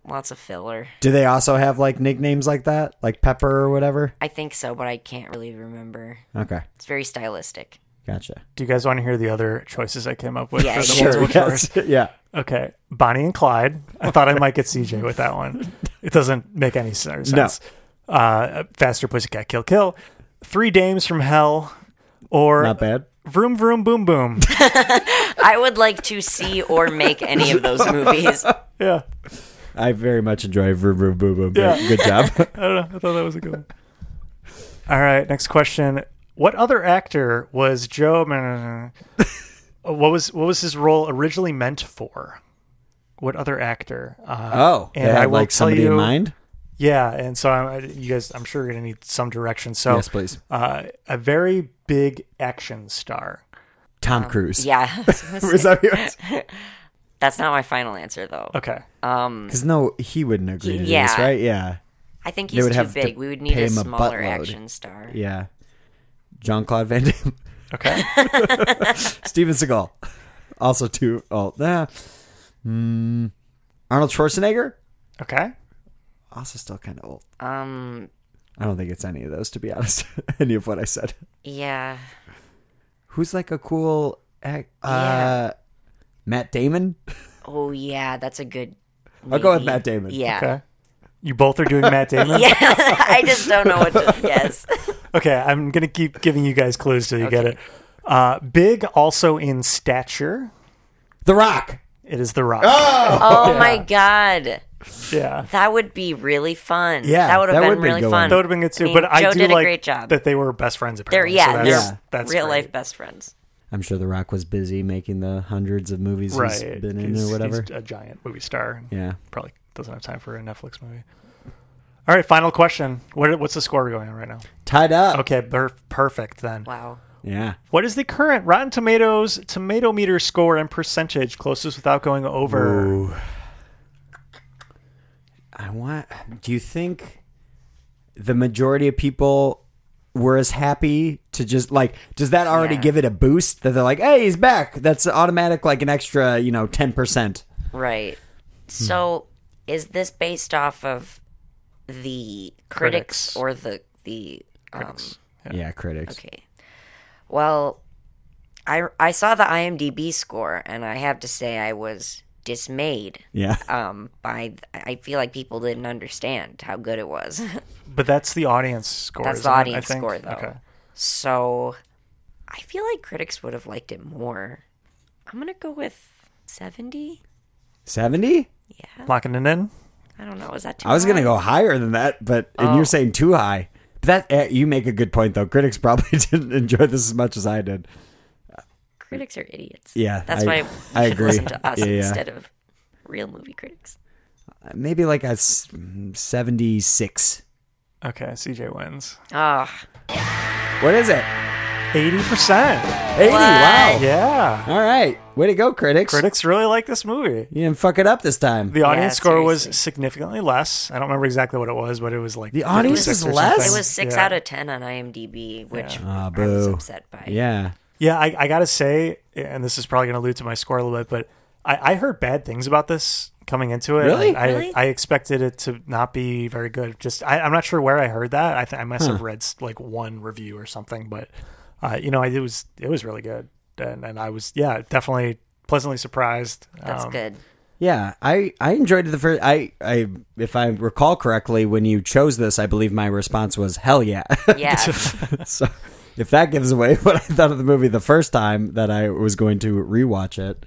lots of filler. Do they also have like nicknames like that, like Pepper or whatever? I think so, but I can't really remember. Okay. It's very stylistic. Gotcha. Do you guys want to hear the other choices I came up with? Yeah, for the sure. multiple choice? [laughs] yeah. Okay. Bonnie and Clyde. I thought I might get CJ with that one. It doesn't make any sense. No. Uh, Faster Pussycat Kill Kill. Three Dames from Hell. Or Not bad. Vroom Vroom Boom [laughs] Boom. I would like to see or make any [laughs] of those movies. yeah. I very much enjoy Vroom Vroom Boom Boom. Yeah. Yeah. Good job. [laughs] I don't know. I thought that was a good one. All right. Next question. What other actor was Joe? [laughs] what was what was his role originally meant for? What other actor? Uh, oh. And they I had, will like tell somebody in you- mind? Yeah, and so I'm, I- you guys, I'm sure you're gonna need some direction. So Yes, please. Uh, a very big action star. Tom um, Cruise. Yeah. [laughs] [laughs] Is that yours? That's not my final answer though. Okay, Because no, he wouldn't agree to this, Yeah. right? Yeah. I think They he's would too have to big. We would need pay a him a smaller buttload. action star. Yeah. John Claude Van Damme. [laughs] okay. Steven Seagal. Also too old. Nah. Mm, Arnold Schwarzenegger? okay. Also still kind of old. Um I don't think it's any of those, to be honest. [laughs] any of what I said. yeah. Who's like a cool ac- uh Yeah. Matt Damon? Oh yeah, that's a good I'll go with maybe. Matt Damon. Yeah. Okay. You both are doing Matt Damon. Yeah. [laughs] I just don't know what [laughs] to guess. Oh, Okay, I'm gonna keep giving you guys clues till you get it. Uh, big also in stature. The Rock. It is The Rock. Ah! Oh my god. Yeah, That would be really fun. Yeah, That would have that been would've been really good fun. one. that would have been good too. I mean, but I Joe do did a like great job. that they were best friends. They're Apparently, yeah, so they're that's, that's real great. life best friends. I'm sure The Rock was busy making the hundreds of movies Right, he's been in He's- or whatever. He's a giant movie star. yeah. probably doesn't have time for a Netflix movie. All right, final question. What, what's the score going on right now? Tied up. Okay, per- perfect then. Wow. Yeah. What is the current Rotten Tomatoes tomato meter score and percentage closest without going over? I want. Do you think the majority of people were as happy to just like? Does that already Yeah. give it a boost that they're like, "Hey, he's back"? That's automatic, like an extra, you know, ten percent. Right. Hmm. So is this based off of the critics, Critics. or the the um, Yeah. critics. Okay. Well, I I saw the IMDb score, and I have to say I was dismayed. Yeah, Um, by I feel like people didn't understand how good it was. [laughs] But that's the audience score. That's the isn't it, I audience think? score, though. Okay. so, I feel like critics would have liked it more. I'm gonna go with seventy. seventy. Locking it in. I don't know. Is that too? I was gonna high? go higher than that, but and you're saying too high. [laughs] But that eh, you make a good point though. Critics probably didn't enjoy this as much as I did. critics are idiots. Yeah, that's I- why you I should agree. listen to [laughs] us Yeah, yeah. instead of real movie critics. Maybe like a s- 76. Okay, CJ wins. Oh, Ah, What is it? 80%. 80. Wow. Yeah. All right. Way to go, critics. Critics really like this movie. You didn't fuck it up this time. The audience score seriously. was significantly less. I don't remember exactly what it was, but it was like The audience 56 is or less? it something. was six Yeah. out of ten on IMDb, which Ah, I was boo. upset by. yeah. Yeah, I, I gotta say, and this is probably gonna allude to my score a little bit, but I, I heard bad things about this coming into it. Really? I, Really? I, I expected it to not be very good. Just I, I'm not sure where I heard that. I think I must have read like one review or something, but uh, you know, I, it was it was really good, and, and I was yeah definitely pleasantly surprised. that's Um, good. Yeah, I, I enjoyed it the first. I, I if I recall correctly, when you chose this, I believe my response was hell yeah. [laughs] [laughs] Yeah, so if that gives away [laughs] what I thought of the movie the first time that I was going to rewatch it,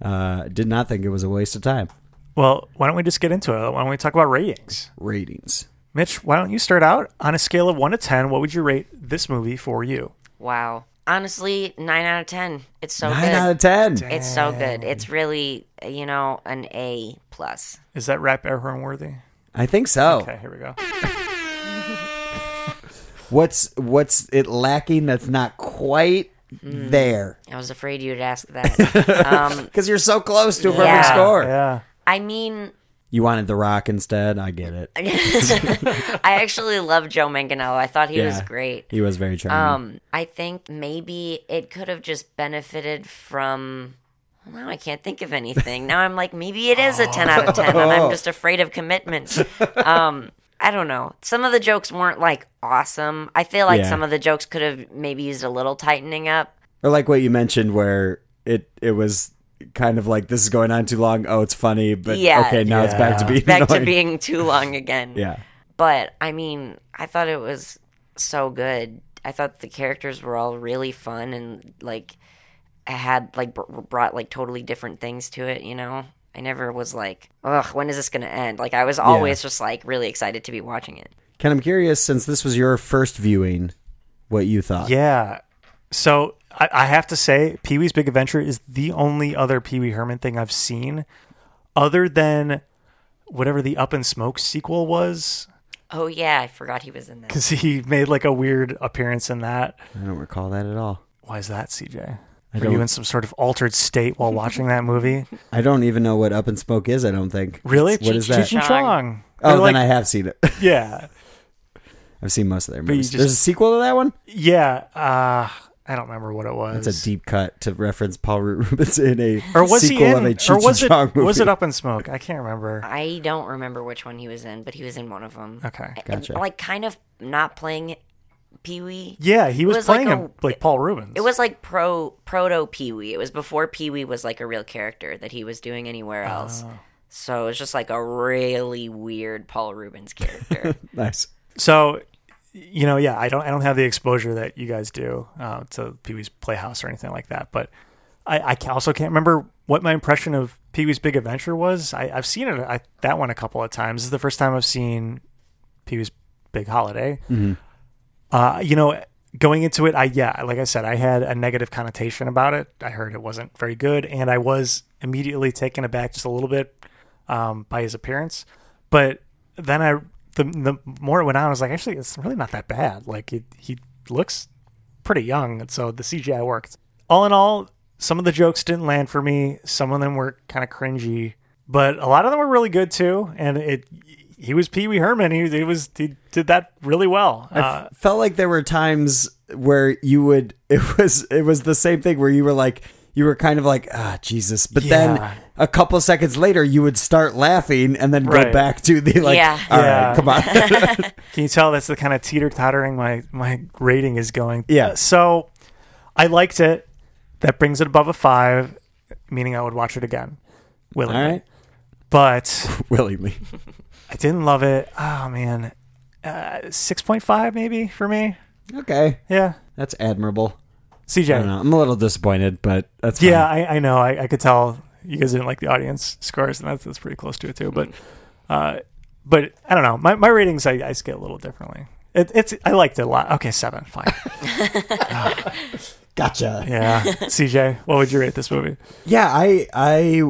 uh, did not think it was a waste of time. Well, why don't we just get into it? Why don't we talk about ratings? Ratings. Mitch, why don't you start out on a scale of one to ten? What would you rate this movie for you? wow. Honestly, nine out of ten. It's so Nine good. out of ten. It's so good. It's really you know an A plus. Is that rap air horn worthy? I think so. Okay, here we go. What's what's it lacking that's not quite there? I was afraid you'd ask [laughs] that. Because you're so close to a perfect Yeah. score. Yeah. I mean, [laughs] You wanted The Rock instead. I get it. I actually love Joe Manganiello. I thought he was Yeah. great. He was very charming. Um, I think maybe it could have just benefited from. Now I can't think of anything. Now I'm like, maybe it is a 10 [laughs] out of 10, and I'm Oh. just afraid of commitment. Um, I don't know. Some of the jokes weren't like awesome. I feel like Yeah. some of the jokes could have maybe used a little [laughs] tightening up. or like what you mentioned, where it it was kind of like this is going on too long. Oh, it's funny, but Yeah. okay, now it's back to Yeah. being Back to annoying. being too long again. yeah. But I mean, I thought it was so good. I thought the characters were all really fun and like had like br- brought like totally different things to it. You know, I never was like, ugh, when is this gonna end? Like I was always just like really excited to be watching it. Ken, I'm curious since this was your first viewing, what you thought? Yeah. So I, I have to say, Pee Wee's Big Adventure is the only other Pee Wee Herman thing I've seen, other than whatever the Up in Smoke sequel was, [laughs] Oh yeah, I forgot he was in that. because he made like a weird appearance in that. I don't recall that at all. Why is that, CJ? Were don't- you in some sort of altered state [laughs] while watching that movie? I don't even know what Up in Smoke is. I don't think. Really? What is that? Cheech and Chong. Oh, They're like, then I have seen it. [laughs] yeah, I've seen most of their you movies. just- There's a sequel to that one. yeah. Uh, I don't remember what it was. It's a deep cut to reference Paul Root [laughs] Rubens in a or was sequel he in? of a Cheech or was and it? Chong movie. Was it Up in Smoke? I can't remember. I don't remember which one he was in, but he was in one of them. Okay. Gotcha. Like kind of not playing Pee Wee. Yeah, he was, was like playing a- him like Paul Rubens. It was like pro proto Pee Wee. It was before Pee Wee was like a real character that he was doing anywhere else. So it was just like a really weird Paul Rubens character. [laughs] Nice. So, you know, yeah, I don't, I don't have the exposure that you guys do uh, to Pee Wee's Playhouse or anything like that. But I, I ca- also can't remember what my impression of Pee Wee's Big Adventure was. I, I've seen it, I, that one a couple of times. This is the first time I've seen Pee Wee's Big Holiday. Uh, you know, going into it, I yeah, like I said, I had a negative connotation about it. I heard it wasn't very good, and I was immediately taken aback just a little bit um, by his appearance. But then I, the, the more it went on, I was like, actually, it's really not that bad. Like it, he looks pretty young, and so the CGI worked. All in all, some of the jokes didn't land for me. Some of them were kind of cringy, but a lot of them were really good too. And it, he was Pee Wee Herman. He, he was he did that really well. Uh, felt like there were times where you would [laughs] it was it was the same thing where you were like you were kind of like ah Jesus but Yeah. then a couple seconds later you would start laughing and then go Right. back to the like Yeah. all right, Yeah. [laughs] come on [laughs] Can you tell that's the kind of teeter tottering my my rating is going? Yeah. So I liked it. That brings it above a five, meaning I would watch it again. Willingly. all right But willingly I didn't love it. Oh man. Uh, six point five maybe for me. okay Yeah. that's admirable I don't CJ. know I'm a little disappointed but that's fine. yeah, I, I know. I, I could tell you guys didn't like the audience scores, and that's, that's pretty close to it too. But uh, but I don't know. My my ratings I, I scale a little differently. It, it's I liked it a lot. Okay, seven, fine. Gotcha. Yeah. CJ, what would you rate this movie? Yeah, I I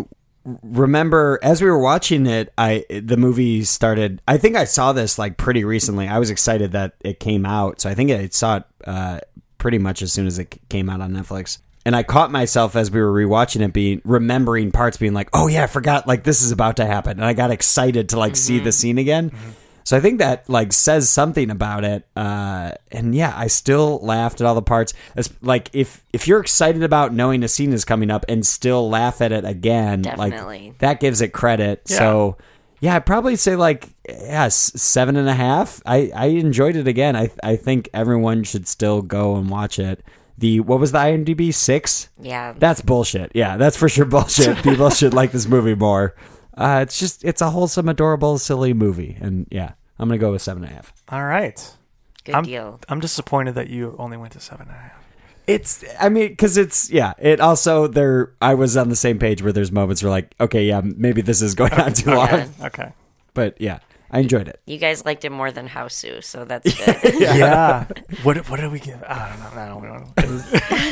remember as we were watching it, I the movie started. I think I saw this like pretty recently. I was excited that it came out, so I think I saw it uh, pretty much as soon as it c- came out on Netflix. And I caught myself as we were rewatching it, being remembering parts, being like, "Oh yeah, I forgot like this is about to happen," and I got excited to like see the scene again. So I think that like says something about it. Uh, and yeah, I still laughed at all the parts. It's like if if you're excited about knowing a scene is coming up and still laugh at it again, Definitely. like that gives it credit. So yeah, I'd probably say like yeah, s- seven and a half. I I enjoyed it again. I I think everyone should still go and watch it. The what was the IMDb six? Yeah. That's bullshit. Yeah, that's for sure [laughs] bullshit. People should like this movie more. Uh, it's just it's a wholesome, adorable, silly movie, and yeah, I'm gonna go with seven and a half. All right. Good I'm, deal. I'm disappointed that you only went to seven and a half. It's I mean because it's yeah. It also there I was on the same page where there's moments where like okay yeah maybe this is going [laughs] on too Yeah. long, Okay. but yeah, I enjoyed it. You guys liked it more than Houseu, so that's good. Yeah. what what did we give? I don't know. I don't know. It was-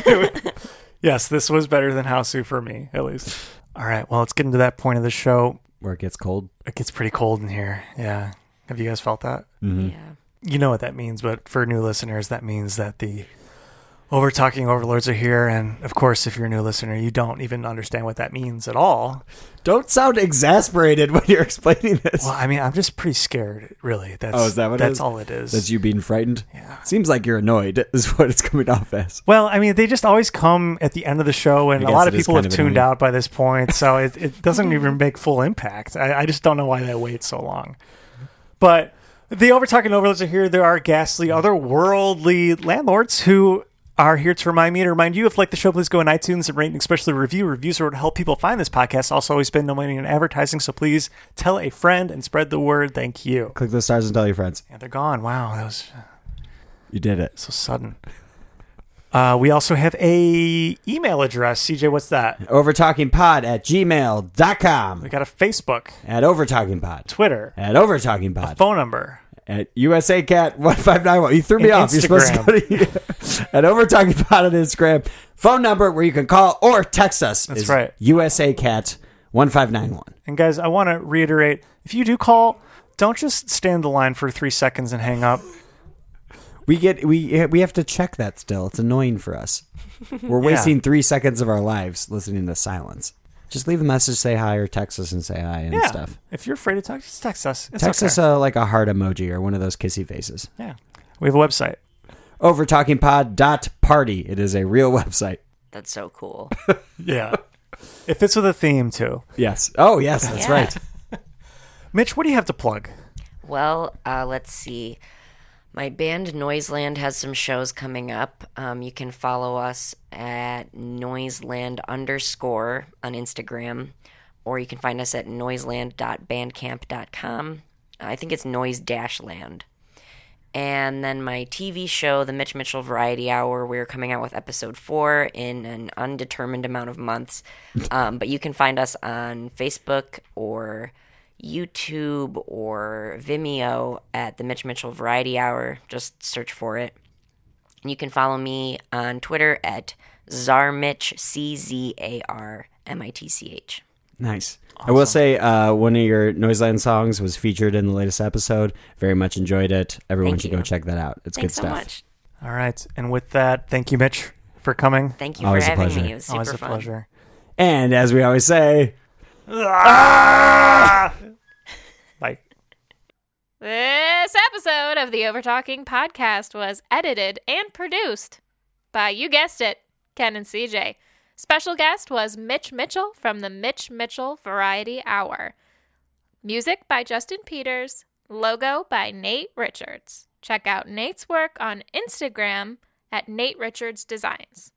it was- [laughs] yes, this was better than Houseu for me, at least. All right. Well, let's get into that point of the show. Where it gets cold. It gets pretty cold in here. Yeah. Have you guys felt that? Yeah. you know what that means, but for new listeners, that means that the over talking overlords are here. And of course, if you're a new listener, you don't even understand what that means at all. Don't sound exasperated when you're [laughs] explaining this. Well, I mean, I'm just pretty scared, really. That's, Oh, is that what it that's is? all it is. That's you being frightened. Yeah. Seems like you're annoyed. [laughs] Is what it's coming off as. well, I mean, they just always come at the end of the show, and I a guess lot of it is people kind have of tuned annoying. out by this point, so it, [laughs] it doesn't even make full impact. I, I just don't know why they wait so long. But the over talking overlords are here. There are ghastly, otherworldly landlords who are here to remind me and remind you if you like the show, please go on iTunes and rate and especially review. Reviews are what help people find this podcast. Also, always been no money in advertising, so please tell a friend and spread the word. Thank you. Click the stars and tell your friends. And they're gone. Wow, that was You did it. so sudden. Uh, we also have a email address. CJ, what's that? Overtalkingpod at gmail.com. We got a Facebook, At Overtalkingpod. Twitter, At Overtalkingpod. phone number. At USACat1591. You threw me And off. You're supposed to go to [laughs] at Overtalkingpod on Instagram. Phone number where you can call or text us. That's right. USACat1591. And guys, I want to reiterate: if you do call, don't just stand the line for three seconds and hang up. We get we we have to check that still. It's annoying for [laughs] us. We're wasting three seconds of our lives listening to silence. Just leave a message, say hi, or text us and say hi and Yeah. stuff. If you're afraid to talk, just text us. It's Text okay. us uh, like a heart emoji or one of those kissy faces. Yeah, we have a website. Overtalkingpod.party. It is a real [laughs] website. That's so cool. Yeah. [laughs] it fits with a theme too. Yes. Oh, yes, that's Yeah. right. Mitch, what do you have to plug? Well, uh, let's see. My band Noiseland has some shows coming up. Um, you can follow us at Noiseland underscore on Instagram, or you can find us at noiseland.bandcamp.com. I think it's noise dash land. And then my TV show, The Mitch Mitchell Variety Hour, we're coming out with episode four in an undetermined amount [laughs] of months. Um, but you can find us on Facebook or YouTube or Vimeo at The Mitch Mitchell Variety Hour. Just search for it. And you can follow me on Twitter at Zarmitch, C Z A R M I T C H. Nice. I will say uh, one of your Noiseland songs was featured in the latest episode. Very much enjoyed it. Everyone Thank should you. go check that out. It's Thanks good so stuff. much. All right, and with that, thank you, Mitch, for coming. Thank you Always a for having pleasure. me. It was super Always a fun. pleasure. And as we always say, [laughs] Bye. This episode of the Overtalking Podcast was edited and produced by, you guessed it, Ken and CJ. Special guest was Mitch Mitchell from the Mitch Mitchell Variety Hour. Music by Justin Peters. Logo by Nate Richards. Check out Nate's work on Instagram at Nate Richards Designs.